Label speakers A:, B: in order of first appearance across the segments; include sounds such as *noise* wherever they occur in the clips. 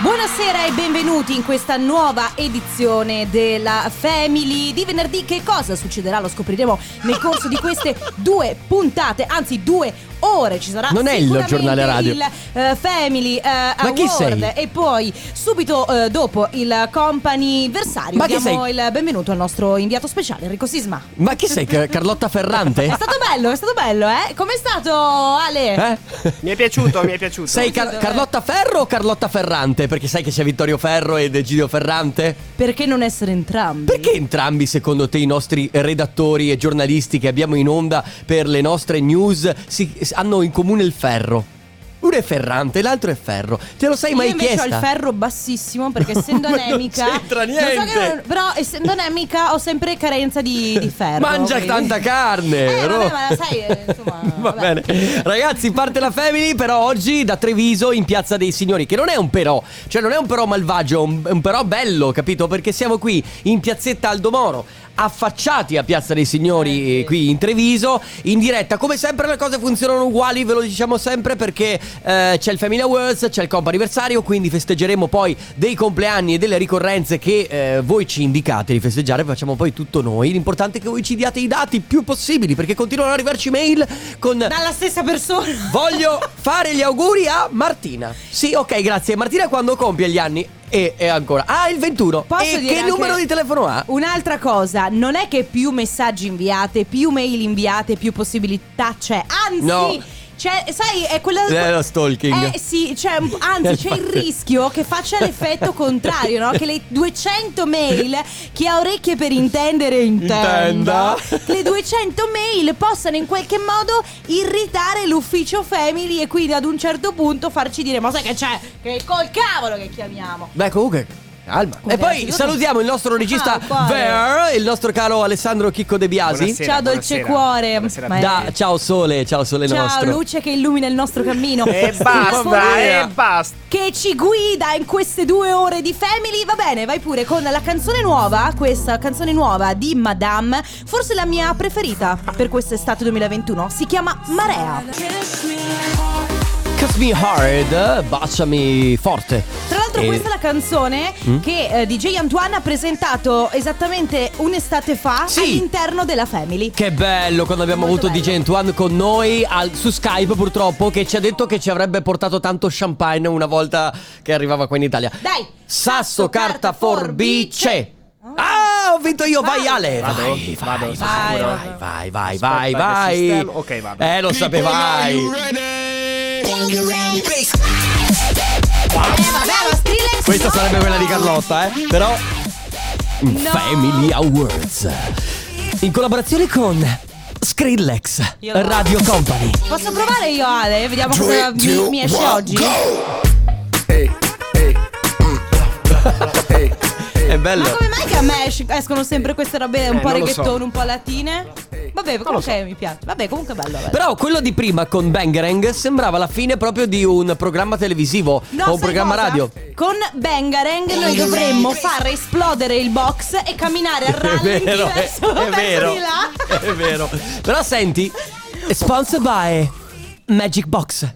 A: Buonasera e benvenuti in questa nuova edizione della Family di venerdì. Che cosa succederà lo scopriremo nel corso di
B: *laughs*
A: queste due puntate, anzi due ore ci sarà
B: Non è il
A: sicuramente
B: giornale radio.
A: il eh, Family eh,
B: Ma chi
A: Award
B: sei?
A: e poi subito eh, dopo il company versario
B: Ma chi
A: diamo
B: sei?
A: il benvenuto al nostro inviato speciale Enrico Sisma.
B: Ma chi sei, Car- Carlotta
A: È
B: Ferrante?
A: stato bello, è stato bello, eh? Com'è stato Ale?
B: Eh?
C: Mi è piaciuto, mi è piaciuto.
B: Sei Car- Carlotta Ferro o Carlotta Ferrante? Perché sai che c'è Vittorio Ferro ed Egidio Ferrante?
A: Perché non essere entrambi?
B: Perché entrambi, secondo te, i nostri redattori e giornalisti che abbiamo in onda per le nostre news si- hanno in comune il ferro? Uno è Ferrante, l'altro è Ferro. Te lo sei
A: Io
B: mai
A: invece
B: chiesta?
A: ho il ferro bassissimo perché essendo
B: Ma *laughs* non
A: anemica
B: c'entra
A: non so che
B: niente.
A: non- però essendo anemica ho sempre carenza di, di ferro.
B: Mangia
A: quindi-
B: tanta carne.
A: Eh, vabbè,
B: Ro-
A: ma la sai, eh, insomma,
B: *laughs* Va
A: vabbè.
B: bene. Ragazzi, parte la family, però oggi da Treviso in Piazza dei Signori, che non è un però, cioè non è un però malvagio, è un, è un però bello, capito? Perché siamo qui in Piazzetta Aldo Moro. Affacciati a Piazza dei Signori
A: Eh, sì.
B: eh, qui in Treviso, in diretta. Come sempre le cose funzionano uguali, ve lo diciamo sempre perché eh, c'è il Family Awards, c'è il comp anniversario, quindi festeggeremo poi dei compleanni e delle ricorrenze che eh, voi ci indicate di festeggiare, facciamo poi tutto noi. L'importante è che voi ci diate i dati più possibili perché continuano ad arrivarci mail con
A: Dalla stessa persona.
B: Voglio fare gli auguri a Martina. Sì, ok, grazie. Martina quando compie gli anni? E, e ancora. Ah, il 21.
A: Posso
B: e
A: dire
B: che
A: anche-
B: numero di telefono ha?
A: Un'altra cosa, non è che più messaggi inviate, più mail inviate, più possibilità c'è. Anzi,
B: No.
A: c'è- sai, è quella.
B: Eh, lo stalking.
A: Eh sì, c'è un- anzi c'è il rischio che faccia
B: *laughs*
A: l'effetto contrario, no? Che le 200 mail, chi ha orecchie per intendere intenda,
B: Intenda.
A: le 200 mail possano in qualche modo irritare l'ufficio family e quindi ad un certo punto farci dire ma sai che c'è? Che col cavolo che chiamiamo.
B: Beh, comunque. Calma.
A: Come
B: e poi
A: era?
B: salutiamo il nostro regista
A: Ah, quale?
B: Ver, il nostro caro Alessandro Chicco De Biasi.
C: Buonasera,
A: Ciao, dolce
C: buonasera.
A: cuore.
C: Buonasera a
A: Ma-
B: Da
A: Eh.
B: Ciao Sole, ciao Sole
A: Ciao,
B: nostro.
A: luce che illumina il nostro cammino.
C: E basta,
B: Vabbè.
C: e basta.
A: che ci guida in queste due ore di Family. Va bene, vai pure con la canzone nuova, questa canzone nuova di Madame, forse la mia preferita per quest'estate 2021. Si chiama Marea.
B: Kiss me hard, baciami forte.
A: Tra l'altro
B: E- Mm?
A: questa è la canzone che eh, DJ Antoine ha presentato esattamente un'estate fa
B: Sì.
A: all'interno della Family.
B: Che bello quando abbiamo
A: Molto
B: avuto
A: bello.
B: DJ Antoine con noi al- su Skype purtroppo che ci ha detto che ci avrebbe portato tanto champagne una volta che arrivava qua in Italia.
A: Dai!
B: Sasso, carta, forbice. Ah, ho vinto io, vai Ale.
C: Vado?
B: Vai,
C: Vado,
B: vai,
C: sono
B: vai,
C: sicuro?
B: vai, vai,
C: Aspetta
B: vai,
C: che
B: vai.
C: sistemo. Ok, vado.
B: Eh, lo sapevai.
A: Eh, vabbè, ma Skrillex
B: Questa
A: no!
B: sarebbe quella di Carlotta, eh. Però
A: No.
B: Family Awards in collaborazione con Skrillex
A: Io lo-
B: Radio Company.
A: Posso provare io Ale? Vediamo cosa mi, mi esce oggi.
B: È bello.
A: Ma come mai che a me esci- escono sempre queste robe un
C: Eh,
A: po'
C: non lo so.
A: reggaeton, un po' latine? Vabbè, comunque mi piace. Vabbè, comunque bello. bello.
B: Però quello di prima con Bangarang sembrava la fine proprio di un programma televisivo
A: No,
B: o
A: sai
B: un programma
A: cosa? *laughs*
B: radio.
A: Con Bangarang noi dovremmo far esplodere il box e
B: *laughs*
A: camminare al rallenti verso, *laughs* verso di là.
B: è vero. Però senti, sponsor by Magic Box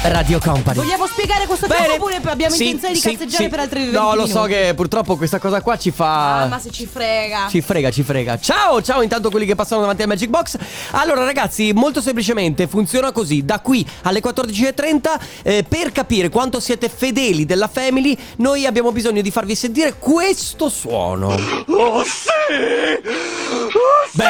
B: Radio Company.
A: Vogliamo spiegare questo tema oppure abbiamo
B: Sì,
A: intenzione di
B: sì,
A: cazzeggiare
B: sì.
A: per altri 20
B: No, lo
A: minuti?
B: so che purtroppo questa cosa qua ci fa
A: Ah, ma se ci frega.
B: Ci frega, ci frega. Ciao, ciao intanto quelli che passano davanti al Magic Box. Allora ragazzi, molto semplicemente funziona così. Da qui alle 14.30 eh, per capire quanto siete fedeli della Family, noi abbiamo bisogno di farvi sentire questo suono. Oh sì! Oh, Beh,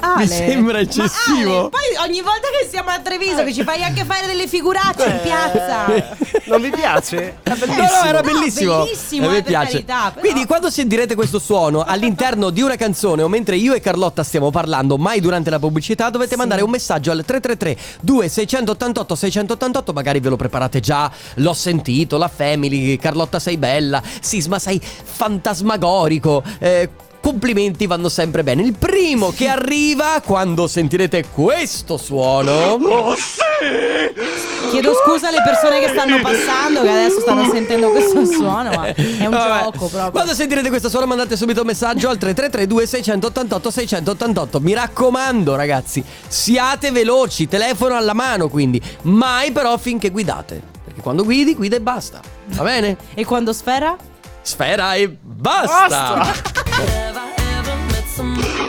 A: Ale.
B: mi sembra eccessivo.
A: Ma Ale, poi ogni volta che siamo a Treviso che ci fai anche fare delle figuracce
B: Eh,
A: in piazza.
C: Non vi piace? È
B: No, no,
C: bellissimo.
B: era
A: No,
B: bellissimo.
A: bellissimo,
B: A me
A: eh, per
B: piace.
A: carità, però-
B: Quindi quando sentirete
A: *laughs*
B: questo suono all'interno di una canzone o mentre io e Carlotta stiamo parlando, mai durante la pubblicità, dovete mandare un messaggio al 333 2688 688, magari ve lo preparate già, l'ho sentito, la Family, Carlotta sei bella, Sisma sei fantasmagorico. eh, Complimenti vanno sempre bene. Il primo che arriva quando sentirete questo suono. Oh, sì!
A: Chiedo scusa alle persone che stanno passando, che adesso stanno sentendo
B: *laughs*
A: questo suono, ma è un
B: Vabbè.
A: gioco proprio.
B: Quando sentirete questa suono mandate subito un messaggio al 3332 688 688. Mi raccomando ragazzi, siate veloci, telefono alla mano quindi, mai però finché guidate, perché quando guidi guida e basta. Va bene?
A: E quando sfera?
B: Sfera e basta.
C: Basta.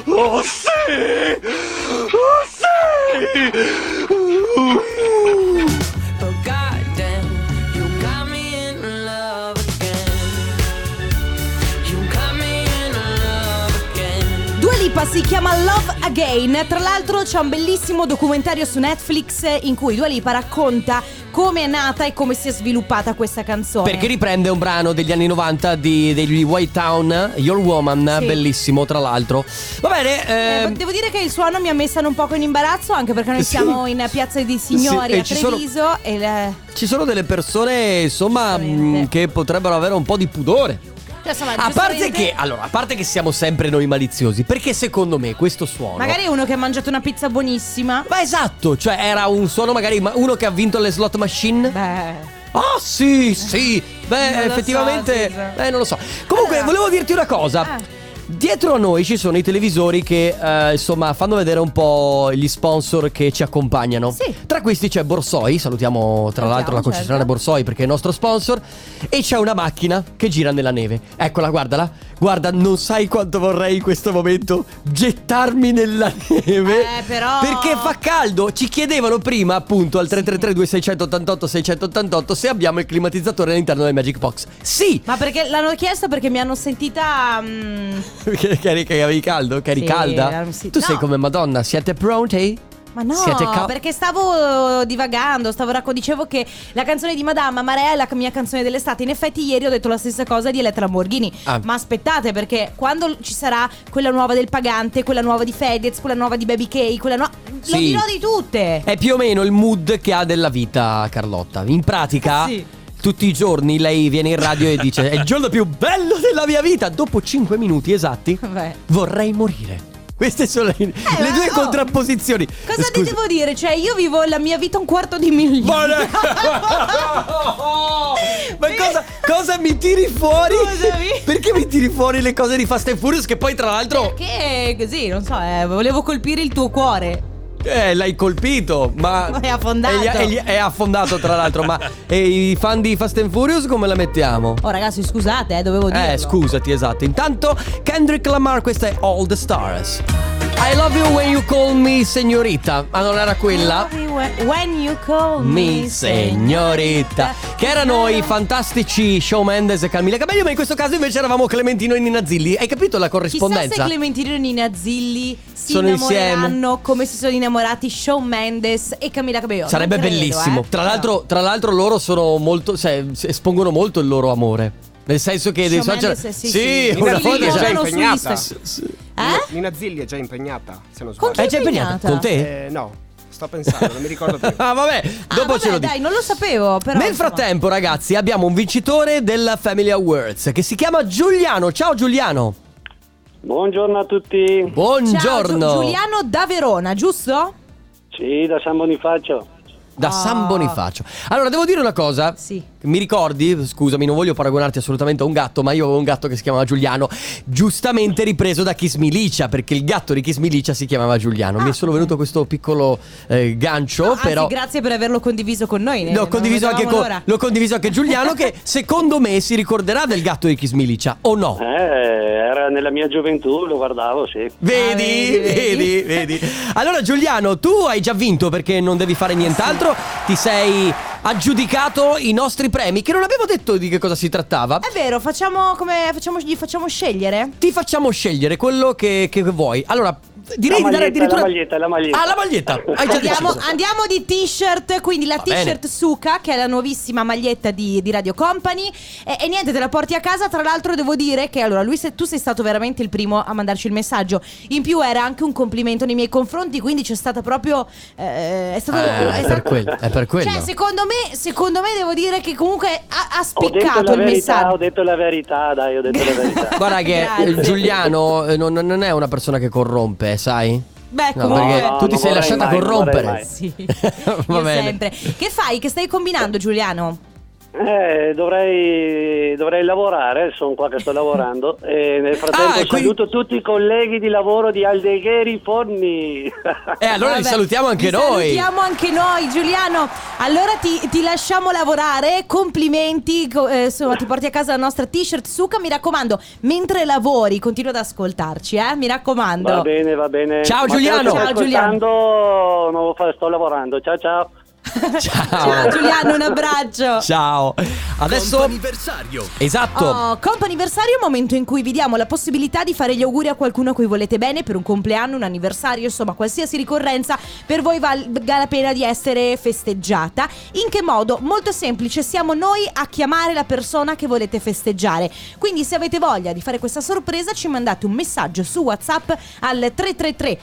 B: oh, Oh,
D: But goddamn, you got me in love again. You got me in love again.
A: Dua Lipa si chiama Love Again. Tra l'altro c'è un bellissimo documentario su Netflix in cui Dua Lipa racconta come è nata e come si è sviluppata questa canzone.
B: Perché riprende un brano degli anni 90 di, degli White Town, Your Woman,
A: Sì.
B: bellissimo tra l'altro. Va bene,
A: Eh,
B: ehm,
A: Devo dire che il suono mi ha messa un poco in imbarazzo anche perché noi
B: Sì.
A: siamo in Piazza dei Signori
B: Sì, e
A: a
B: ci sono-
A: Treviso e le-
B: ci sono delle persone insomma
A: Giustamente.
B: mh, che potrebbero avere un po' di pudore.
A: cioè, insomma,
B: A parte
A: giustamente-
B: che, allora, a parte che siamo sempre noi maliziosi, perché secondo me questo suono...
A: Magari uno che ha mangiato una pizza buonissima.
B: Ma esatto, cioè era un suono magari ma- uno che ha vinto le slot machine.
A: Beh.
B: Ah sì, sì. Beh,
A: Non lo so,
B: effettivamente...
A: Cesare.
B: eh, non lo so. Comunque,
A: Allora.
B: volevo dirti una cosa.
A: Ah.
B: Dietro a noi ci sono i televisori che eh, insomma fanno vedere un po' gli sponsor che ci accompagnano.
A: Sì.
B: Tra questi c'è Borsoi, salutiamo tra
A: Salutiamo,
B: l'altro la concessionaria
A: certo.
B: Borsoi perché è il nostro sponsor. E c'è una macchina che gira nella neve. Eccola, guardala. Guarda, non sai quanto vorrei in questo momento gettarmi nella neve.
A: Eh, però-
B: Perché fa caldo. Ci chiedevano prima, appunto, al 333-2688-688 se abbiamo il climatizzatore all'interno del Magic Box. Sì! *laughs*
A: Ma perché l'hanno chiesto? Perché mi hanno sentita. mm,
B: Che, che, che avevi caldo? Che eri
A: Sì,
B: calda?
A: ehm, sì.
B: Tu
A: No.
B: sei come Madonna, siete pronti?
A: Ma no,
B: Siete ca-
A: perché stavo divagando, stavo racco- dicevo che la canzone di Madame Amare è la mia canzone dell'estate. In effetti ieri ho detto la stessa cosa di Elettra Lamborghini.
B: Ah.
A: Ma aspettate perché quando ci sarà quella nuova del Pagante, quella nuova di Fedez, quella nuova di Baby K, quella nuova... Lo
B: Sì. Eh.
A: dirò di tutte.
B: È più o meno il mood che ha della vita Carlotta. In pratica,
A: Sì.
B: tutti i giorni lei viene in radio e dice: È il giorno più bello della mia vita. Dopo 5 minuti esatti,
A: Vabbè.
B: vorrei morire. Queste sono le, le
A: ma-
B: due
A: oh.
B: contrapposizioni.
A: Cosa ti
B: Scusa.
A: devo dire? Cioè, io vivo la mia vita un quarto di milione. *laughs*
B: Ma, ne- Ma cosa, cosa mi tiri fuori?
A: Scusami.
B: Perché mi tiri fuori le cose di Fast and Furious? Che poi, tra l'altro,
A: Perché così, non so, eh, volevo colpire il tuo cuore.
B: Eh, l'hai colpito, ma.
A: Ma è affondato.
B: E gli- e gli- È, affondato, tra l'altro. ma e i fan di Fast and Furious come la mettiamo?
A: Oh, ragazzi, scusate, eh, dovevo dire.
B: Eh, scusati, esatto. Intanto, Kendrick Lamar, questa è All the Stars. I love you when you call me signorita. Ma non era quella?
A: When you call me,
B: Mi signorita Che erano i fantastici Show Mendes e Camilla Cabello Ma in questo caso invece eravamo Clementino e Nina Zilli Hai capito
A: Chissà
B: la
A: se
B: corrispondenza?
A: Clementino e Nina Zilli si
B: Sono
A: innamoreranno
B: insieme.
A: come si sono innamorati Shawn Mendes e Camila Cabello. Non
B: Sarebbe
A: credo,
B: bellissimo.
A: eh.
B: Tra, l'altro, tra l'altro loro sono molto. cioè, s- espongono molto il loro amore. Nel senso che dei
A: Shawn
B: social.
A: Mendes, sì,
B: sì,
A: sì.
B: una
A: Sì,
C: Nina
A: li
B: foto Eh,
C: Zilli è già
A: già
B: è
A: loro su
C: impegnata.
A: Insta-
C: Nina-
A: Eh?
C: Nina Zilli è già impegnata, se non
A: Con
C: sbaglio.
A: chi?
B: già impegnata. Con te?
C: Eh, no, sto pensando, non mi ricordo più.
B: *laughs* ah, vabbè,
A: Ah,
B: dopo
A: vabbè,
B: ce lo dico.
A: dai, non lo sapevo. Però,
B: Nel
A: insomma.
B: frattempo, ragazzi, abbiamo un vincitore della Family Awards che si chiama Giuliano. Ciao Giuliano.
E: Buongiorno a tutti,
A: Ciao,
B: Buongiorno.
A: Giu- Giuliano da Verona, giusto?
E: sì, da San Bonifacio.
B: Da San
A: Ah.
B: Bonifacio. Allora, devo dire una cosa.
A: Sì.
B: Mi ricordi, scusami, non voglio paragonarti assolutamente a un gatto, ma io avevo un gatto che si chiamava Giuliano, giustamente ripreso da Kiss Milicia, perché il gatto di Kiss Milicia si chiamava Giuliano. Mi è solo venuto questo piccolo eh, gancio,
A: Ah. No, anzi,
B: però...
A: grazie per averlo condiviso con noi. ne-
B: L'ho
A: non
B: condiviso, anche
A: vedevamo
B: con,
A: l'ora.
B: l'ho condiviso anche
A: *laughs*
B: Giuliano che secondo me si ricorderà del gatto di Kiss Milicia, o no?
E: Eh, era nella mia gioventù, lo guardavo, sì.
B: Vedi,
A: Ah, vedi,
B: vedi, vedi. Allora Giuliano, tu hai già vinto perché non devi fare nient'altro, ti sei aggiudicato i nostri premi che non abbiamo detto di che cosa si trattava.
A: È vero, facciamo come facciamo, gli facciamo scegliere?
B: Ti facciamo scegliere quello che, che vuoi. Allora, direi
E: La
B: di dare
E: maglietta,
B: addirittura
E: la maglietta, la maglietta.
B: Ah, la maglietta. Hai già
A: Andiamo,
B: deciso.
A: andiamo di t-shirt, quindi la
B: Va
A: t-shirt
B: bene.
A: Suka, che è la nuovissima maglietta di, di Radio Company. E, e niente, te la porti a casa. Tra l'altro, devo dire che allora, lui, se, tu sei stato veramente il primo a mandarci il messaggio. In più, era anche un complimento nei miei confronti, quindi c'è stata proprio. eh, è stato.
B: Eh,
A: è
B: è per
A: stato-
B: quello, è per quello.
A: Cioè, secondo me, secondo me devo dire che comunque ha, ha
E: Ho detto
A: spiccato
E: la
A: il
E: verità, ho
A: messaggio.
E: detto la verità,
B: *laughs*
E: dai, ho detto la verità.
B: Guarda che eh,
A: Grazie.
B: Giuliano eh, non, non è una persona che corrompe, sai?
A: Beh,
B: No,
A: comunque.
B: perché tu ti
E: non
B: sei
E: vorrei
B: lasciata
E: mai, non vorrei
B: corrompere.
E: mai.
A: Sì,
B: *laughs* Va
A: io
B: bene.
A: sempre. Che fai? Che stai combinando, Giuliano?
E: Eh, dovrei, dovrei lavorare, sono qua che sto lavorando e nel
B: Ah,
E: frattempo
B: e quindi-
E: saluto tutti i colleghi di lavoro di
B: *laughs*
E: Aldegheri Forni.
B: E Eh, allora li
A: Vabbè,
B: salutiamo anche
A: li
B: noi.
A: Salutiamo anche noi, Giuliano. Allora ti, ti lasciamo lavorare. Complimenti. co- eh, insomma, ti porti a casa la nostra t-shirt Suca. Mi raccomando, mentre lavori, continua ad ascoltarci, eh? Mi raccomando.
E: Va bene, va bene.
B: Ciao,
E: Matteo,
B: Giuliano.
E: ti sto
A: Ciao, Giuliano.
E: ascoltando, non lo fa- sto lavorando. Ciao ciao.
B: Ah.
A: Ciao, Giuliano, un
B: *laughs*
A: abbraccio.
B: Ciao. Adesso
F: anniversario.
B: esatto.
A: Oh, anniversario è un momento in cui vi diamo la possibilità di fare gli auguri a qualcuno a cui volete bene per un compleanno, un anniversario, insomma qualsiasi ricorrenza per voi valga la pena di essere festeggiata. In che modo? Molto semplice, siamo noi a chiamare la persona che volete festeggiare. Quindi se avete voglia di fare questa sorpresa ci mandate un messaggio su WhatsApp al 333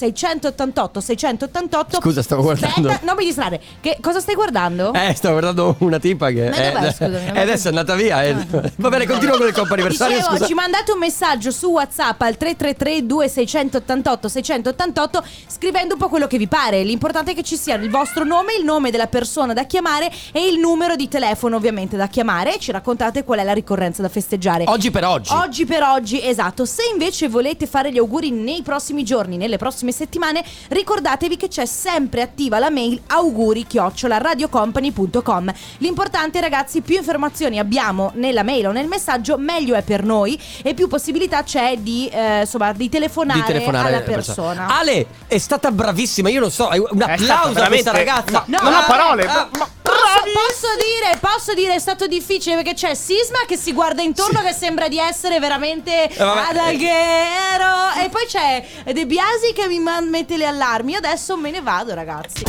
A: 2688 688.
B: Scusa, stavo guardando.
A: Aspetta, non mi distrarre. Che cosa stai guardando?
B: Eh, stavo guardando una tipa che.
A: Oh. Ma dov'è,
B: eh,
A: scusami,
B: *laughs*
A: non
B: eh,
A: mi-
B: adesso è andata via. eh.
A: Ah.
B: *laughs* Va bene, continuo con il compo anniversario.
A: Dicevo,
B: scusa.
A: ci mandate un messaggio su WhatsApp al 333 2688 688 scrivendo un po' quello che vi pare. L'importante è che ci sia il vostro nome, il nome della persona da chiamare e il numero di telefono ovviamente da chiamare e ci raccontate qual è la ricorrenza da festeggiare.
B: Oggi per oggi.
A: Oggi per oggi, esatto. Se invece volete fare gli auguri nei prossimi giorni, nelle prossime settimane, ricordatevi che c'è sempre attiva la mail auguri radiocompany.com. L'importante, ragazzi, più informazioni abbiamo nella mail o nel messaggio, meglio è per noi e più possibilità c'è di, eh, insomma, di telefonare,
B: Di telefonare
A: alla
B: alla
A: persona.
B: Ale è stata bravissima. Io non so. è Un
C: È
B: applauso
C: stata
B: a questa
C: veramente-
B: ragazza.
C: ma- non ho parole,
B: ah,
C: ma-
A: Posso, posso dire, posso dire, è stato difficile perché c'è Sisma che si guarda intorno che sembra di essere veramente
B: vabbè,
A: ad Alghero e poi c'è De Biasi che mi man- mette le allarmi. Io adesso me ne vado, ragazzi.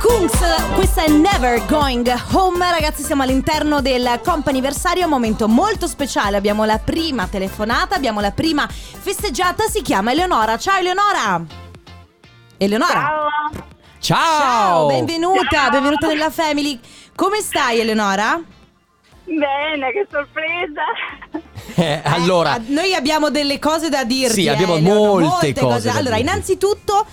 A: Kunz, questa è Never Going Home, ragazzi siamo all'interno del comp'anniversario, un momento molto speciale, abbiamo la prima telefonata, abbiamo la prima festeggiata, si chiama Eleonora, ciao Eleonora! Eleonora!
B: Ciao.
A: Ciao, benvenuta, benvenuta nella Family. Come stai Eleonora?
G: Bene, che sorpresa!
B: Eh, allora,
A: Eh, noi abbiamo delle cose da dirti.
B: Sì, abbiamo
A: eh, Eleonora,
B: molte cose da
A: Allora,
B: dirti.
A: innanzitutto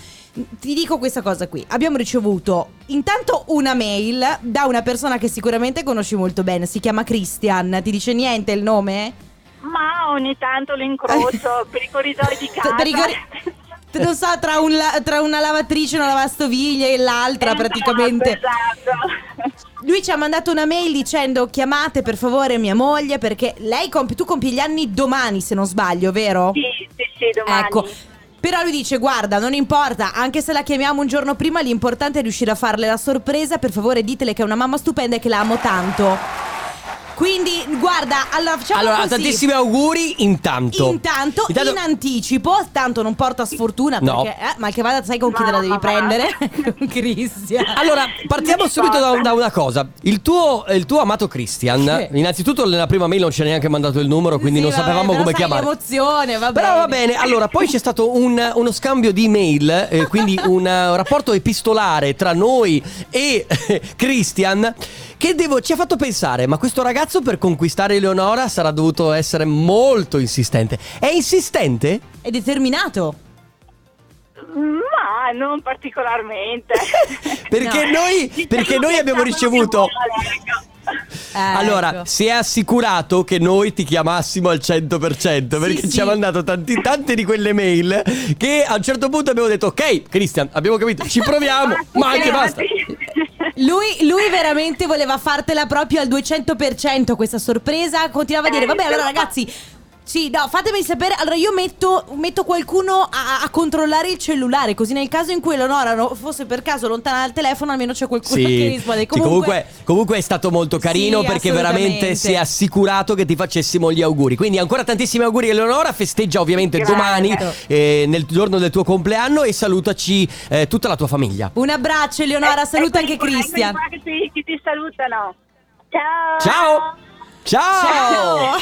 A: ti dico questa cosa qui. Abbiamo ricevuto intanto una mail da una persona che sicuramente conosci molto bene, si chiama Christian. Ti dice niente il nome?
G: Ma ogni tanto
B: *laughs*
G: lo incrocio per i
A: *laughs*
G: corridoi di
B: Cioè,
G: casa.
A: Per i cori- Non so, tra, un la- tra una lavatrice, una lavastoviglie e l'altra
G: Esatto,
A: praticamente.
G: Esatto.
A: Lui ci ha mandato una mail dicendo chiamate per favore mia moglie perché lei compi- tu compi gli anni domani se non sbaglio, vero?
G: Sì, sì, sì, domani.
A: Ecco. Però lui dice guarda non importa, anche se la chiamiamo un giorno prima l'importante è riuscire a farle la sorpresa, per favore ditele che è una mamma stupenda e che la amo tanto. Quindi guarda, allora facciamo
B: allora
A: diciamo così.
B: tantissimi auguri intanto.
A: Intanto, in anticipo, tanto non porta sfortuna
B: No.
A: perché eh, mal che vada sai con chi te la devi
G: Mamma.
A: prendere? *laughs* con Cristian.
B: Allora, partiamo
G: Mi
B: subito da,
G: ricordo.
B: da una cosa. Il tuo, il tuo amato Christian,
A: Sì.
B: innanzitutto nella prima mail non ci ha neanche mandato il numero, quindi
A: Sì,
B: non
A: vabbè,
B: sapevamo
A: però
B: come
A: sai
B: chiamare.
A: L'emozione, va
B: Però va
A: bene.
B: bene, allora poi c'è stato un- uno scambio di mail,
A: *laughs*
B: eh, quindi un eh, rapporto epistolare tra noi e eh, Christian che devo- ci ha fatto pensare, ma questo ragazzo per conquistare Eleonora sarà dovuto essere molto insistente.
A: *laughs*
B: È insistente?
A: È determinato.
G: Ma non particolarmente.
B: Perché
A: No.
B: noi, perché
G: Diciamo
B: noi
G: che
B: abbiamo
G: siamo
B: ricevuto...
G: uguali, ecco.
A: Eh,
B: allora,
A: ecco.
B: si è assicurato che noi ti chiamassimo al 100% perché
A: Sì,
B: ci ha
A: sì.
B: mandato tanti- tante di quelle mail che a un certo punto abbiamo detto ok Christian abbiamo capito ci
A: *laughs*
B: proviamo ma anche basta
A: lui, lui veramente voleva fartela proprio al 200% questa sorpresa. Continuava a dire,
G: Eh,
A: vabbè, allora
G: però-
A: ragazzi. Sì, no, fatemi sapere. Allora, io metto, metto qualcuno a, a controllare il cellulare. Così, nel caso in cui Eleonora no- fosse per caso lontana dal telefono, almeno c'è qualcuno che
B: Sì,
A: risponde.
B: sì, comunque, comunque è stato molto carino
A: Sì,
B: perché
A: assolutamente.
B: veramente si è assicurato che ti facessimo gli auguri. Quindi ancora tantissimi auguri Eleonora, festeggia ovviamente
G: Grazie.
B: domani eh, nel giorno del tuo compleanno e salutaci eh, tutta la tua famiglia.
A: Un abbraccio, Eleonora.
G: Eh,
A: Saluta anche
G: ecco di qua, ecco di
A: Cristian.
G: qua Che ti, che ti salutano. Ciao.
B: Ciao! Ciao!
G: Ecco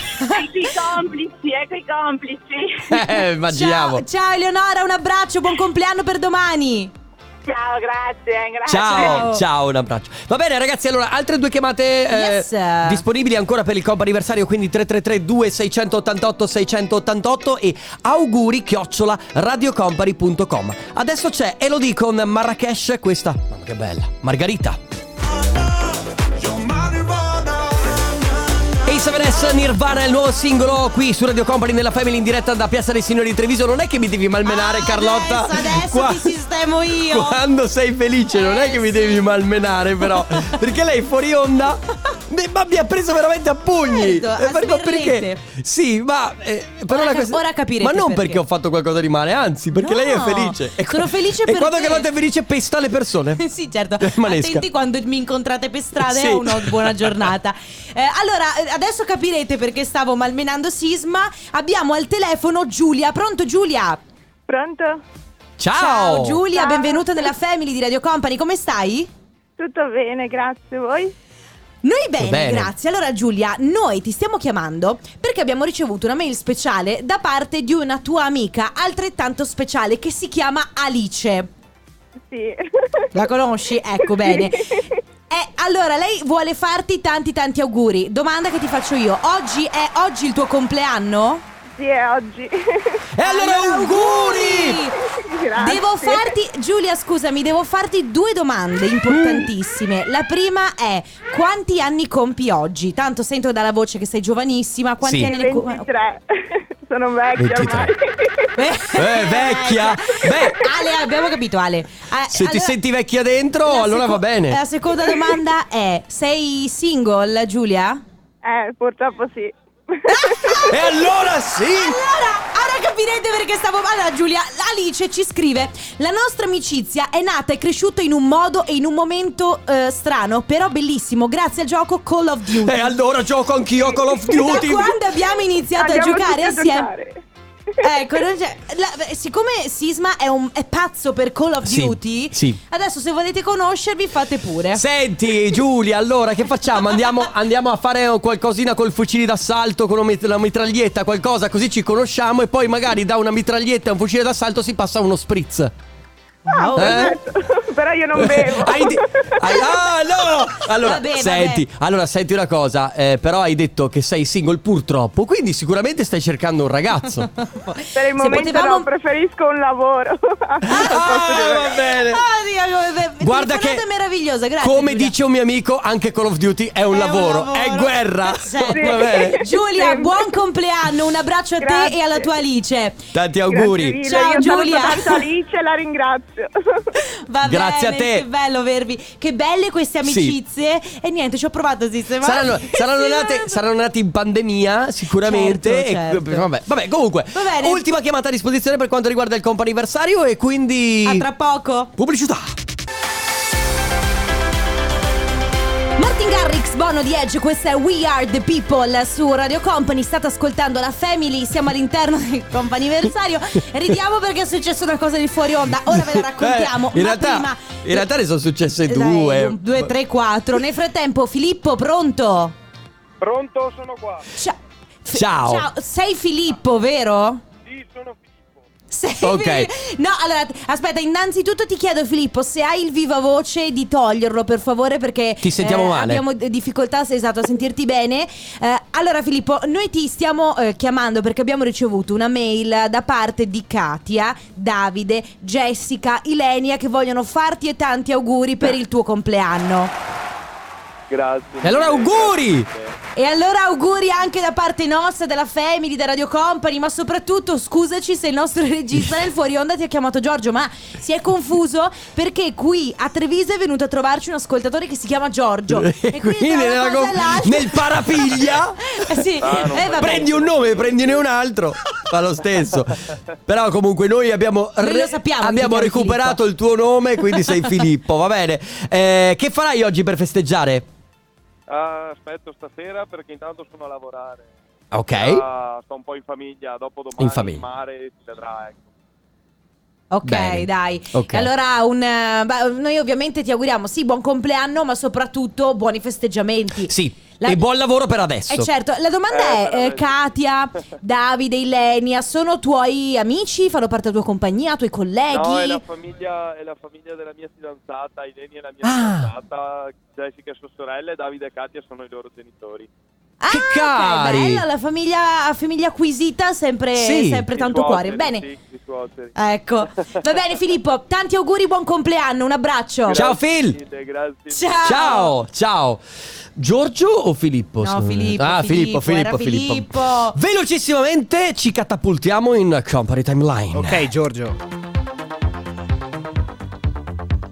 G: i complici, ecco i complici.
B: *laughs* Eh, immaginiamo.
A: Ciao, ciao Eleonora, un abbraccio, buon compleanno per domani.
G: Ciao, grazie, grazie.
B: Ciao, ciao, un abbraccio. Va bene, ragazzi, allora, altre due chiamate eh,
A: Yes.
B: disponibili ancora per il comp anniversario, quindi 333-2688-688 e auguri chiocciola radiocompany.com. Adesso c'è Elodie con Marrakesh, questa, mamma che bella, Margarita. Ace of Vanessa, Nirvana, il nuovo singolo qui su Radio Company nella Family in diretta da Piazza dei Signori di Treviso. Non è che mi devi malmenare,
A: Ah,
B: Carlotta.
A: adesso, adesso
B: Qua-
A: ti sistemo io.
B: Quando sei felice, non è
A: Eh,
B: che mi
A: sì.
B: devi malmenare, però. perché lei fuori onda. beh, Ma mi ha preso veramente a pugni.
A: Certo, a
B: Eh, ma perché?
A: sberlette.
B: Sì, ma. eh, però
A: Ora
B: la
A: cap- ora capirete
B: Ma non perché.
A: perché.
B: ho fatto qualcosa di male, anzi, perché
A: No,
B: lei è felice. E
A: sono
B: qua-
A: felice
B: E
A: per
B: quando
A: te.
B: Carlotta è felice, pesta
A: *laughs*
B: le persone.
A: Sì, certo.
B: Manesca.
A: Attenti quando mi incontrate per strada
B: Sì.
A: e una buona giornata. Eh, allora, eh, adesso capirete perché stavo malmenando Sisma. Abbiamo al telefono Giulia. Pronto Giulia?
G: Pronto?
B: Ciao.
A: Giulia,
G: Ciao.
A: benvenuta nella Family di Radio Company. Come stai?
G: Tutto bene, grazie. Voi?
A: Noi bene,
B: Bene.
A: grazie. Allora Giulia, noi ti stiamo chiamando perché abbiamo ricevuto una mail speciale da parte di una tua amica altrettanto speciale che si chiama Alice.
G: Sì.
A: La conosci? Ecco,
G: *laughs*
A: bene. Eh, allora, lei vuole farti tanti tanti auguri. Domanda che ti faccio io. Oggi è oggi il tuo compleanno?
G: Sì, è oggi.
B: E allora, auguri!
G: grazie.
A: Devo farti, Giulia, scusami, devo farti due domande importantissime. La prima è: quanti anni compi oggi? Tanto sento dalla voce che sei giovanissima. Quanti
B: Sì.
A: anni ne compi?
G: 23. Sono vecchia
B: 23.
G: ormai.
B: Eh,
A: *laughs*
B: vecchia. Beh.
A: Ale, abbiamo capito, Ale. Eh,
B: Se ti
A: allora-
B: senti vecchia dentro,
A: La
B: Certo, allora
A: seco-
B: va bene.
A: La seconda domanda è: sei single, Giulia?
G: Eh, purtroppo sì.
A: Ah,
B: E allora sì!
A: Allora, ora capirete perché stavo. Allora, Giulia, Alice ci scrive: La nostra amicizia è nata e cresciuta in un modo e in un momento eh, strano, però bellissimo, grazie al gioco Call of Duty.
B: E allora gioco anch'io Call
A: *laughs*
B: of
A: da
B: *laughs* Duty.
A: quando abbiamo iniziato a
G: Andiamo
A: giocare
G: tutti a
A: assieme?
G: giocare.
A: Ecco, non c'è- la- beh, siccome Sisma è, un- è pazzo per Call of
B: Sì,
A: Duty,
B: sì.
A: adesso se volete conoscervi fate pure.
B: Senti Giulia, allora che facciamo? Andiamo, andiamo a fare qualcosina col fucile d'assalto, con una mit- una mitraglietta, qualcosa così ci conosciamo e poi magari da una mitraglietta a un fucile d'assalto si passa a uno spritz.
A: Ah, oh.
B: Eh?
G: Però io non bevo.
B: Hai de- hai- ah no! Allora,
A: Vabbè, vabbè.
B: senti, allora senti una cosa, eh, però hai detto che sei single purtroppo, quindi sicuramente stai cercando un ragazzo.
G: per il
A: Se
G: momento
A: potevamo-
G: no, preferisco un lavoro. Al posto
B: *laughs*
G: di
B: Ah, va bene.
A: Ah, Dio,
B: Guarda che
A: telefonata meravigliosa, grazie.
B: Come
A: Giulia.
B: dice un mio amico, anche Call of Duty è un,
A: È un
B: lavoro,
A: lavoro.
B: è guerra.
A: Certo.
G: Sì.
B: Va bene.
A: Giulia,
G: Sempre.
A: buon compleanno, un abbraccio a te
G: Grazie.
A: e alla tua Alice.
B: Tanti
G: Grazie
B: auguri.
G: mille,
A: Ciao,
G: io saluto
A: Giulia.
G: tanto Alice, la ringrazio.
A: Va
B: Grazie
A: bene,
B: a te.
A: Che bello avervi. Che belle queste
B: Sì.
A: amicizie. E niente, ci ho provato a sistemare. *laughs*
B: Saranno, saranno
A: Sì,
B: nate,
A: vabbè.
B: saranno nate in pandemia sicuramente.
A: Certo,
B: e-
A: certo.
B: Vabbè, vabbè, comunque.
A: Va bene.
B: Ultima chiamata a disposizione per quanto riguarda il comp anniversario e quindi...
A: A tra poco.
B: Pubblicità.
A: Martin Garrix, Bono di Edge, questa è We Are The People su Radio Company. State ascoltando la Family, siamo all'interno del
B: *laughs*
A: comp'anniversario. Ridiamo perché è successa una cosa di fuori onda. Ora ve la raccontiamo.
B: Eh, in,
A: ma
B: realtà,
A: prima...
B: in realtà ne sono successe
A: Eh, Dai,
B: due.
A: un, due, tre, quattro. Nel frattempo, Filippo, pronto?
F: Pronto, sono qua.
A: Ciao. F-
B: Ciao.
A: sei Filippo, vero?
F: Sì, sono Filippo.
A: Sei
B: Ok.
A: Filippo. No, allora, t- aspetta, innanzitutto ti chiedo Filippo se hai il viva voce di toglierlo, per favore, perché eh,
B: Ti sentiamo male.
A: Abbiamo d- difficoltà se esatto a sentirti bene. Eh, allora Filippo, noi ti stiamo eh, chiamando perché abbiamo ricevuto una mail da parte di Katia, Davide, Jessica, Ilenia che vogliono farti e tanti auguri per il tuo compleanno.
F: Grazie.
B: E allora auguri!
A: E allora auguri anche da parte nostra, della Family, da Radio Company, ma soprattutto scusaci se il nostro *laughs* regista nel fuori onda ti ha chiamato Giorgio, ma si è confuso perché qui a Treviso è venuto a trovarci un ascoltatore che si chiama
B: *laughs*
A: Giorgio.
B: E quindi
A: tra una cosa
B: nella
A: e
B: con-
A: l'altra-
B: nel parapiglia?
A: Eh *laughs* sì,
F: Ah, non
A: eh, vabbè.
B: Prendi un nome, prendine un altro. Fa lo stesso. Però comunque noi abbiamo,
A: Noi lo sappiamo che
B: abbiamo
A: ti chiami
B: recuperato
A: Filippo.
B: il tuo nome, quindi sei Filippo, va bene. Eh, che farai oggi per festeggiare?
F: Ah, aspetto stasera perché intanto sono a lavorare.
B: Ok.
F: Ah, sto un po' in famiglia, dopo domani
B: In famiglia.
F: il mare si vedrà, ecco.
A: Ok,
B: Bene.
A: dai.
B: Ok.
A: Allora, un, eh, beh, noi ovviamente ti auguriamo sì, buon compleanno, ma soprattutto buoni festeggiamenti.
B: Sì,
A: La-
B: E buon lavoro per adesso.
A: Eh certo, la domanda
F: Eh,
A: è, eh,
F: veramente. *laughs*
A: Katia, Davide, Ilenia, sono tuoi amici? Fanno parte della tua compagnia, tuoi colleghi?
F: No, è la, famiglia, è la famiglia della mia fidanzata, Ilenia è la mia
B: Ah.
F: fidanzata, Jessica è sua sorella e Davide e Katia sono i loro genitori.
A: Ah,
B: Che
A: ok,
B: cari!
A: bella, la famiglia, famiglia acquisita, sempre,
B: Sì.
A: sempre
F: I
A: tanto cuore.
F: suoceri,
A: Bene,
F: Sì, i suoceri.
A: ecco. Va bene Filippo, tanti auguri, buon compleanno, un abbraccio.
B: Ciao,
F: Grazie
B: Phil.
F: mille, grazie.
A: Ciao!
B: Ciao, ciao. Giorgio o Filippo?
A: No,
B: secondo me?
A: Filippo,
B: Ah, Filippo,
A: Filippo,
B: Filippo,
A: era
B: Filippo.
A: Filippo.
B: Velocissimamente ci catapultiamo in Company Timeline.
C: Ok, Giorgio.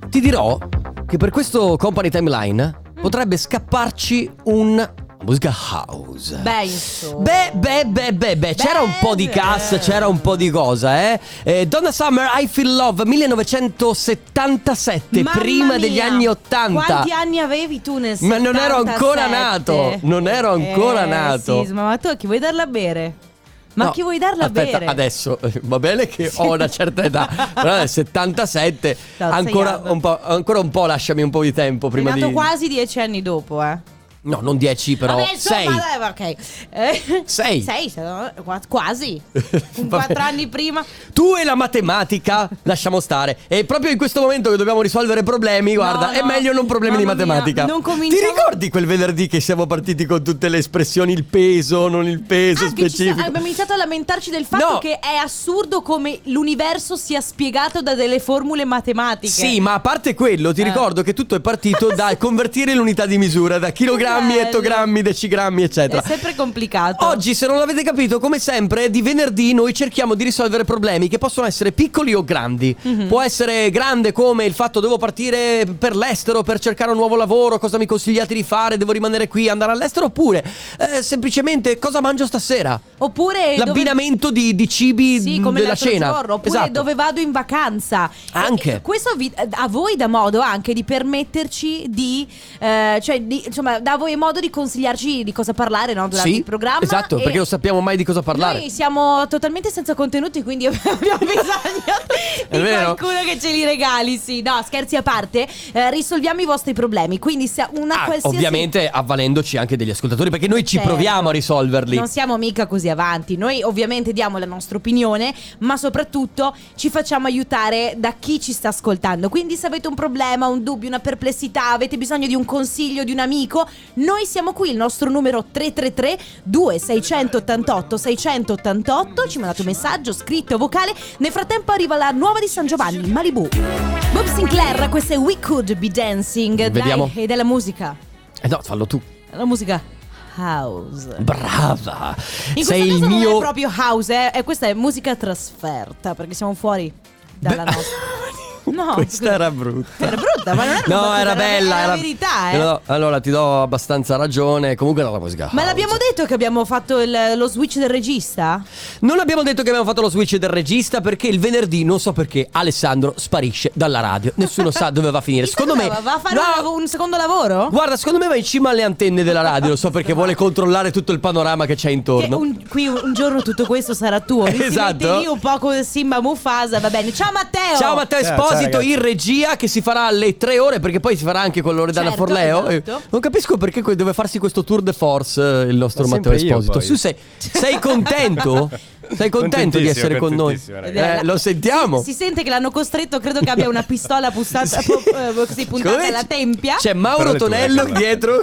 B: Ti dirò che per questo Company Timeline
A: Mm.
B: potrebbe scapparci un musica house.
A: Beh, insomma.
B: Beh, beh, beh, beh, beh, c'era un po' di
A: beh.
B: cassa, c'era un po' di cosa, eh. Eh, Donna Summer, I Feel Love, 1977,
A: Mamma
B: prima degli
A: mia,
B: anni 80.
A: Quanti anni avevi tu nel 77?
B: Ma non ero ancora nato, non ero ancora
A: Eh,
B: nato.
A: Sisma, ma tu a chi vuoi darla a bere? Ma
B: No,
A: a chi vuoi darla
B: aspetta,
A: a bere?
B: adesso eh, va
A: *laughs*
B: bene che ho una certa età, però nel 77
A: No, sei
B: ancora,
A: alto.
B: un po', ancora un po' lasciami un po' di tempo
A: Sei
B: prima
A: nato
B: di
A: quasi dieci anni dopo, eh.
B: No, non 10 però
A: Vabbè, insomma,
B: 6.
A: dai, va, ok. Eh,
B: Sei.
A: Sei, se no, qua-
B: *laughs*
A: quasi. Un
B: Vabbè.
A: quattro anni prima.
B: Tu e la matematica lasciamo stare. E proprio in questo momento che dobbiamo risolvere problemi, guarda,
A: No,
B: è
A: no.
B: meglio non problemi di
A: Mamma mia,
B: matematica.
A: non cominciamo-
B: Ti ricordi quel venerdì che siamo partiti con tutte le espressioni il peso, non il peso
A: Ah, che ci sta-
B: specifico?
A: abbiamo iniziato a lamentarci del fatto
B: No.
A: che è assurdo come l'universo sia spiegato da delle formule matematiche.
B: Sì, ma a parte quello, ti
A: Eh.
B: ricordo che tutto è
A: *laughs*
B: partito da convertire l'unità di misura da chilogrammi,
A: bello.
B: ettogrammi, decigrammi,
A: È
B: eccetera.
A: sempre complicato.
B: Oggi, se non l'avete capito, come sempre, di venerdì noi cerchiamo di risolvere problemi che possono essere piccoli o grandi.
A: Mhm.
B: Può essere grande come il fatto devo partire per l'estero per cercare un nuovo lavoro, cosa mi consigliate di fare, devo rimanere qui, andare all'estero, oppure eh, semplicemente cosa mangio stasera.
A: Oppure dove-
B: L'abbinamento di, di cibi
A: Sì, come
B: Mm, della
A: l'altro
B: cena.
A: giorno, oppure
B: Esatto.
A: dove vado in vacanza.
B: Anche.
A: E questo vi- a voi dà modo anche di permetterci di, eh, cioè di- insomma, dà a voi modo di consigliarci di cosa parlare no, durante
B: Sì,
A: il programma.
B: esatto,
A: e
B: perché non sappiamo mai di cosa parlare.
A: Noi siamo totalmente senza contenuti, quindi *laughs* abbiamo bisogno
B: È
A: di
B: vero.
A: qualcuno che ce li regali. Sì, no, scherzi a parte, eh, risolviamo i vostri problemi. Quindi se una
B: Ah,
A: qualsiasi
B: ovviamente avvalendoci anche degli ascoltatori, perché noi ci
A: Certo.
B: proviamo a risolverli.
A: Non siamo mica così avanti. Noi ovviamente diamo la nostra opinione, ma soprattutto ci facciamo aiutare da chi ci sta ascoltando. Quindi se avete un problema, un dubbio, una perplessità, avete bisogno di un consiglio di un amico, noi siamo qui, il nostro numero 333 2688 688, ci mandate un messaggio scritto o vocale. Nel frattempo arriva la nuova di San Giovanni, Malibu. Bob Sinclair, questa è We Could Be Dancing, dai,
B: Vediamo.
A: ed è la musica.
B: Eh no, fallo tu.
A: La musica house.
B: Brava!
A: In
B: Sei il
A: questo caso
B: mio.
A: non è proprio house, eh, è- questa è musica trasferta, perché siamo fuori dalla
B: Beh- *laughs*
A: nostra. No,
B: Questa
A: scusa.
B: era brutta.
A: Era brutta, ma non era una
B: No,
A: battuta,
B: era
A: era-
B: bella.
A: era
B: Era
A: la verità, eh.
B: No, allora ti do abbastanza ragione. Comunque era la musica.
A: Ma
B: house.
A: l'abbiamo detto che abbiamo fatto il- lo switch del regista?
B: Non abbiamo detto che abbiamo fatto lo switch del regista perché il venerdì, non so perché, Alessandro sparisce dalla radio. Nessuno sa dove va
A: *laughs*
B: a finire.
A: Chissà
B: Secondo me.
A: dove Va va a fare
B: No,
A: un, lav- un secondo lavoro?
B: Guarda, secondo me va in cima alle antenne della radio. Lo so perché vuole controllare tutto il panorama che c'è
A: Che
B: intorno.
A: un- qui un giorno tutto questo sarà tuo. Mi si
B: Esatto.
A: mette lì un po' con Simba Mufasa, va bene. Ciao Matteo!
B: Ciao Matteo
H: Ciao,
B: Esposito
H: ciao, ragazzi.
B: in regia che si farà alle tre ore perché poi si farà anche con Loredana
A: Certo,
B: Forleo. Eh,
A: esatto.
B: Non capisco perché que- deve farsi questo tour de force eh, il nostro
H: Ma
B: Matteo
H: sempre io,
B: Esposito.
H: poi.
B: Tu sei, sei
H: *laughs*
B: contento? Sei contento di
H: Contentissimo,
B: essere con noi?
H: contentissimo,
A: Ed
H: ragazzi.
A: è
B: Eh,
A: la-
B: lo sentiamo.
A: Si, si sente che l'hanno costretto, credo che abbia una pistola pustata,
B: *laughs* Sì.
A: po- eh, così, puntata
B: Secondo me
A: alla
B: c-
A: tempia. Eh.
B: C'è
H: Però
B: Mauro
H: le tue,
B: Tonello
H: Carla.
B: dietro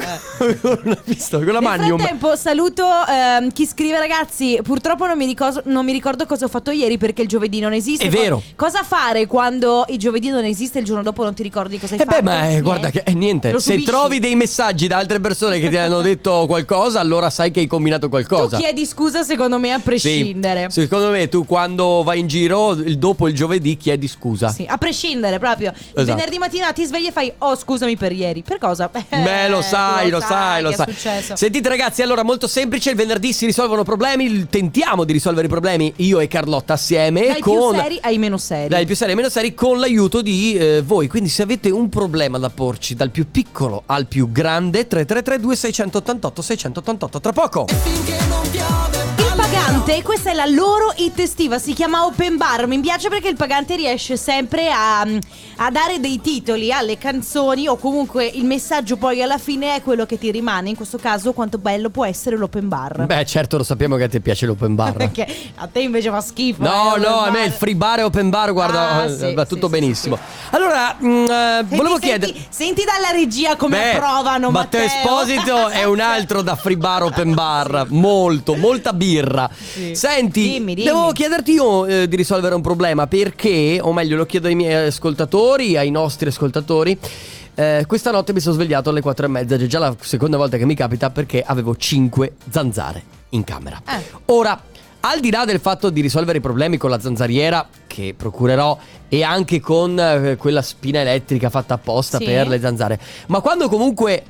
B: con *laughs* una pistola, con la
A: Nel
B: magnum.
A: frattempo saluto ehm, chi scrive ragazzi, purtroppo non mi, ricos- non mi ricordo cosa ho fatto ieri perché il giovedì non esiste.
B: È vero.
A: Co- cosa fare quando il giovedì non esiste e il giorno dopo non ti ricordi cosa hai
B: E
A: fatto?
B: beh, ma eh,
A: Niente.
B: guarda che eh, niente.
A: Lo
B: Se
A: subisci.
B: trovi dei messaggi da altre persone che ti hanno detto qualcosa, allora sai che hai combinato qualcosa.
A: Tu chiedi scusa secondo me a
B: Sì.
A: prescindere.
B: Secondo me tu quando vai in giro il- dopo il giovedì chiedi scusa.
A: Sì, a prescindere proprio.
B: Esatto.
A: Il venerdì mattina ti svegli e fai "Oh, scusami per ieri". Per cosa? Eh,
B: Beh, lo sai, Eh, lo sai, lo
A: che
B: sai.
A: È successo.
B: Sentite ragazzi, allora molto semplice, il venerdì si risolvono problemi, il- tentiamo di risolvere i problemi io e Carlotta assieme
A: Dai
B: con
A: più seri ai meno seri.
B: Dai, più seri e meno seri con l'aiuto di eh, voi. Quindi se avete un problema da porci dal più piccolo al più grande 3332 688 688 tra poco.
A: Il papà pagante, questa è la loro hit estiva, si chiama Open Bar. Mi piace perché il pagante riesce sempre a, a dare dei titoli alle canzoni o comunque il messaggio poi alla fine è quello che ti rimane. In questo caso quanto bello può essere l'open bar. *laughs*
B: Beh, certo, lo sappiamo che a te piace l'open *laughs* bar.
A: Perché a te invece fa schifo.
B: No,
A: eh,
B: no,
A: l'open
B: a me
A: bar.
B: il free bar e open bar, guarda,
A: Ah,
B: eh,
A: sì,
B: va
A: sì,
B: tutto
A: sì,
B: benissimo. Allora, mm, eh,
A: Senti,
B: volevo
A: senti-
B: chiedere...
A: Senti dalla regia come
B: Beh,
A: approvano
B: Matteo
A: Matteo.
B: Esposito è un altro da free bar
A: *laughs*
B: open bar, molto, molta birra.
A: Sì.
B: Senti,
A: Dimmi, dimmi.
B: devo chiederti io eh, di risolvere un problema perché, o meglio lo chiedo ai miei ascoltatori, ai nostri ascoltatori. eh, questa notte mi sono svegliato alle 4 e mezza, è già la seconda volta che mi capita perché avevo 5 zanzare in camera.
A: Eh.
B: Ora, al di là del fatto di risolvere i problemi con la zanzariera, che procurerò, e anche con eh, quella spina elettrica fatta apposta
A: Sì.
B: per le zanzare, ma quando comunque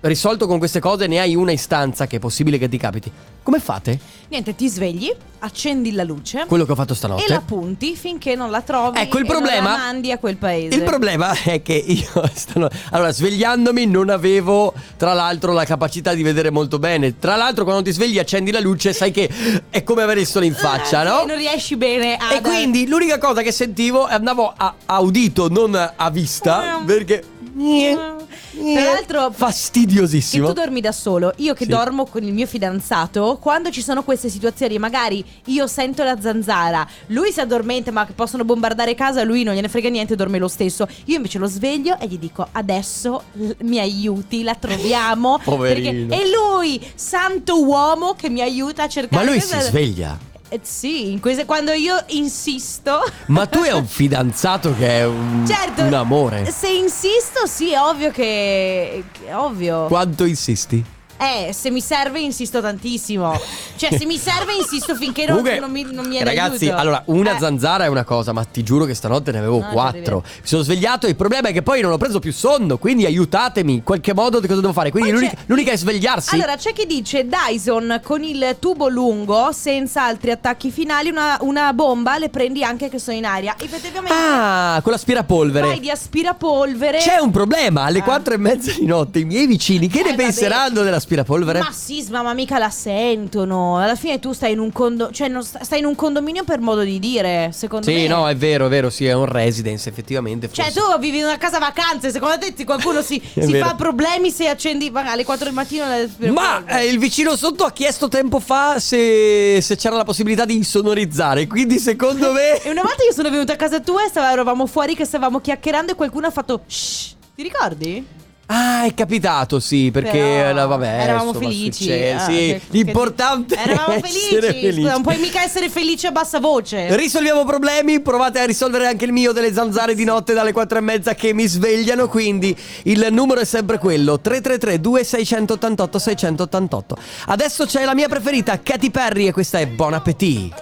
B: risolto con queste cose ne hai una istanza che è possibile che ti capiti, come fate?
A: Niente, ti svegli, accendi la luce.
B: Quello che ho fatto stanotte.
A: E la punti finché non la trovi
B: Ecco, il
A: e non
B: problema-
A: la mandi a quel paese.
B: Il problema è che io *laughs* stano... Allora, svegliandomi non avevo, tra l'altro, la capacità di vedere molto bene. Tra l'altro, quando ti svegli accendi la luce, sai che è come avere il sole in faccia,
A: Eh,
B: no?
A: sì, Non riesci bene a
B: E quindi l'unica cosa che sentivo è andavo a, a udito, non a vista, perché...
A: Tra l'altro Che
B: Fastidiosissimo.
A: tu dormi da solo, io che
B: Sì.
A: dormo con il mio fidanzato, quando ci sono queste situazioni, magari io sento la zanzara, lui si addormenta, ma possono bombardare casa, lui non gliene frega niente, dorme lo stesso. Io invece lo sveglio e gli dico: Adesso l- mi aiuti, la troviamo.
B: *laughs* Poverino.
A: Perché è lui, santo uomo, che mi aiuta a cercare.
B: Ma lui si
A: questa-
B: sveglia.
A: Eh, sì, in queste- quando io insisto.
B: Ma tu hai un fidanzato che è un,
A: Certo,
B: un amore.
A: Se insisto, sì, è ovvio che. che- è ovvio.
B: Quanto insisti?
A: Eh, se mi serve, insisto tantissimo. Cioè, se mi serve, insisto finché non,
B: Comunque,
A: non mi, non mi è
B: Ragazzi,
A: d'aiuto.
B: allora, una
A: Eh,
B: zanzara è una cosa, ma ti giuro che stanotte ne avevo
A: No, ci
B: quattro. Mi sono svegliato e il problema è che poi non ho preso più sonno, quindi aiutatemi in qualche modo di cosa devo fare. Quindi
A: Poi
B: l'unica,
A: c'è-
B: l'unica è svegliarsi.
A: Allora, c'è chi dice Dyson con il tubo lungo, senza altri attacchi finali, una, una bomba le prendi anche che sono in aria. Effettivamente,
B: ah, con l'aspirapolvere.
A: fai di aspirapolvere.
B: C'è un problema alle
A: Ah.
B: quattro e mezza di notte. I miei vicini, che
A: Eh,
B: ne
A: vabbè.
B: penseranno dell'aspirapolvere?
A: Ma sisma, ma mica la sentono. Alla fine tu stai in un condo- cioè non sta- stai in un condominio per modo di dire, secondo me.
B: Sì, no, è vero, è vero, sì, è un residence, effettivamente.
A: Cioè,
B: forse.
A: tu vivi in una casa vacanze, secondo te ti- qualcuno si,
B: *laughs* È
A: si
B: vero.
A: fa problemi se accendi magari alle 4 del mattino la-
B: Ma eh, il vicino sotto ha chiesto tempo fa se, se c'era la possibilità di insonorizzare, quindi
A: *laughs*
B: secondo me...
A: E una volta io sono venuta a casa tua e stava- eravamo fuori che stavamo chiacchierando e qualcuno ha fatto shh. Ti ricordi?
B: Ah, è capitato, sì, perché
A: Però
B: eh, vabbè,
A: eravamo
B: insomma,
A: felici.
B: succede,
A: Ah,
B: sì,
A: che- che-
B: l'importante è
A: Eravamo felici.
B: essere felici.
A: Scusa, non puoi mica essere felice a bassa voce.
B: *laughs* Risolviamo problemi, provate a risolvere anche il mio delle zanzare di notte dalle quattro e mezza che mi svegliano, quindi il numero è sempre quello, 333-2688-688. Adesso c'è la mia preferita, Katy Perry, e questa è Buon Appetit.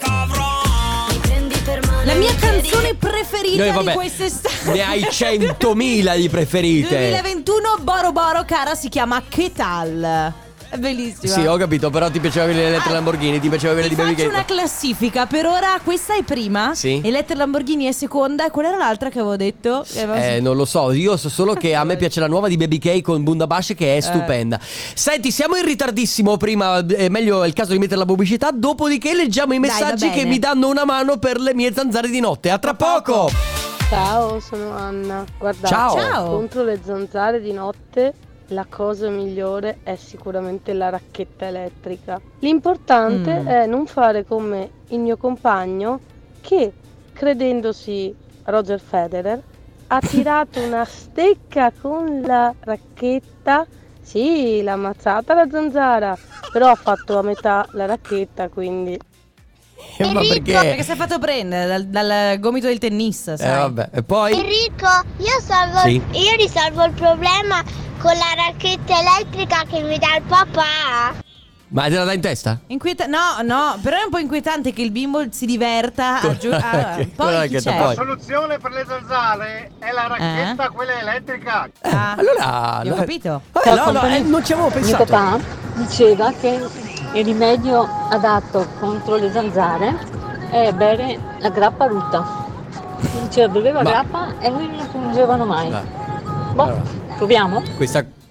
A: La mia canzone preferita
B: Noi,
A: di
B: vabbè,
A: quest'estate.
B: ne hai 100.000
A: *laughs*
B: di preferite.
A: 2021 Boro Boro cara si chiama Che tal? È bellissima.
B: Sì, ho capito, però ti piaceva quella di Elettra
A: Ah,
B: Lamborghini, ti piaceva quella
A: Ti
B: di Baby
A: faccio
B: Gate.
A: una classifica, per ora questa è prima,
B: Sì.
A: Elettra Lamborghini è seconda e quella era l'altra che avevo detto. Che avevo-
B: Eh, non lo so, io so solo che a me piace la nuova di Baby K con Bundabash
A: Eh.
B: che è stupenda. Senti, siamo in ritardissimo prima, è meglio è il caso di mettere la pubblicità, dopodiché leggiamo i
A: Dai,
B: messaggi
A: va bene.
B: che mi danno una mano per le mie zanzare di notte. A tra poco!
H: Ciao, sono Anna. Guardate,
B: Ciao.
A: Ciao.
H: contro le zanzare di notte la cosa migliore è sicuramente la racchetta elettrica. L'importante
A: Mm.
H: è non fare come il mio compagno che, credendosi Roger Federer,
A: *laughs*
H: ha tirato una stecca con la racchetta. Sì, l'ha ammazzata la zanzara, però ha fatto a metà la racchetta, quindi
B: Eh, *laughs* Ma
A: No,
B: perché?
A: perché si è fatto prendere dal, dal gomito del tennis,
B: Eh,
A: sai.
B: vabbè, e poi...
I: Enrico, io, salvo-
B: Sì.
I: io risolvo il problema con la racchetta elettrica che mi dà il papà.
B: Ma te la dai in testa?
A: Inquieta- no, no, però è un po' inquietante che il bimbo si diverta a
B: *laughs*
A: giu- ah,
B: Che- quella
A: poi chi
B: che-
A: c'è?
B: poi.
F: soluzione per le zanzare è la
B: Eh?
A: racchetta,
F: quella elettrica.
A: Ah,
B: Allora...
A: io ho
B: no.
A: capito.
B: Eh, no, no, eh, non ci avevo
J: Mio
B: pensato.
J: papà diceva che il rimedio adatto contro le zanzare è bere la grappa ruta. Diceva beveva
B: Ma-
J: grappa e lui non la fungevano mai.
B: Ah,
J: Boh,
B: allora.
J: proviamo?
B: Questa...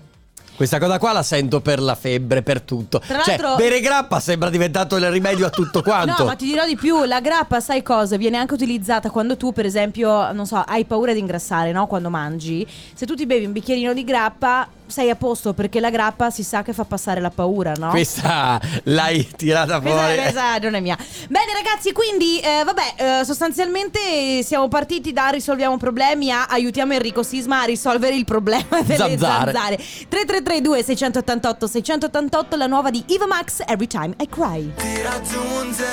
B: Questa cosa qua la sento per la febbre, per tutto.
A: Tra
B: cioè,
A: l'altro-
B: bere grappa sembra diventato il rimedio a
A: *laughs*
B: tutto quanto.
A: No, ma ti dirò di più, la grappa, sai cosa? Viene anche utilizzata quando tu, per esempio, non so, hai paura di ingrassare, no? Quando mangi. Se tu ti bevi un bicchierino di grappa, sei a posto perché la grappa si sa che fa passare la paura, no?
B: Questa l'hai tirata
A: Questa,
B: fuori.
A: questa non è mia. Bene, ragazzi, quindi eh, vabbè, eh, sostanzialmente siamo partiti da risolviamo problemi a aiutiamo Enrico Sisma a risolvere il problema delle
B: Zanzare.
A: zanzare. 3332 688 688 la nuova di Eva Max Every Time I Cry.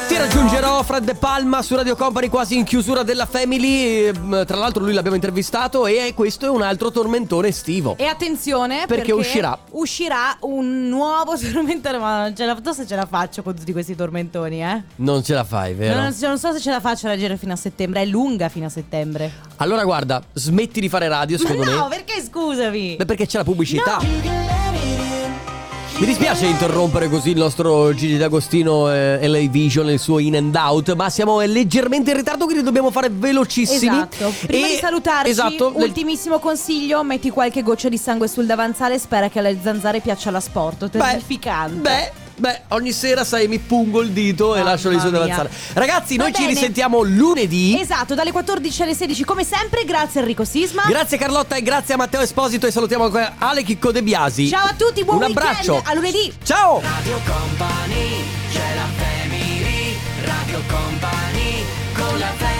B: Ti raggiungerò Fred De Palma su Radio Company quasi in chiusura della Family. Ehm, Tra l'altro lui l'abbiamo intervistato e questo è un altro tormentone estivo.
A: E attenzione
B: Perché
A: perché,
B: uscirà.
A: uscirà un nuovo *laughs* tormentone. Ma non, ce la, non so se ce la faccio con tutti questi tormentoni, eh.
B: Non ce la fai, vero?
A: Non, non so- non so se ce la faccio a leggere fino a settembre. È lunga fino a settembre.
B: Allora guarda, smetti di fare radio, secondo
A: Ma no,
B: me.
A: perché scusami?
B: Beh, perché c'è la pubblicità. Mi dispiace interrompere così il nostro Gigi D'Agostino e LA Vision e il suo in and out, ma siamo eh, leggermente in ritardo, quindi dobbiamo fare velocissimi.
A: Esatto. Prima
B: E-
A: di salutarci,
B: esatto, le-
A: ultimissimo consiglio: metti qualche goccia di sangue sul davanzale. e Spera che alle zanzare piaccia l'asporto. Terrificante.
B: Beh, beh, ogni sera sai, mi pungo il dito e
A: Mamma
B: lascio lì su
A: mia.
B: avanzare. Ragazzi,
A: Va
B: noi ci
A: bene.
B: risentiamo lunedì.
A: Esatto, dalle 14 alle 16, come sempre. Grazie, Enrico Sisma.
B: Grazie Carlotta e grazie a Matteo Esposito e salutiamo ancora Ale Chicco De Biasi.
A: Ciao a tutti, buon
B: Un
A: weekend.
B: abbraccio.
A: A lunedì.
B: Ciao!
D: Radio Company, c'è la family, Radio Company, con la family.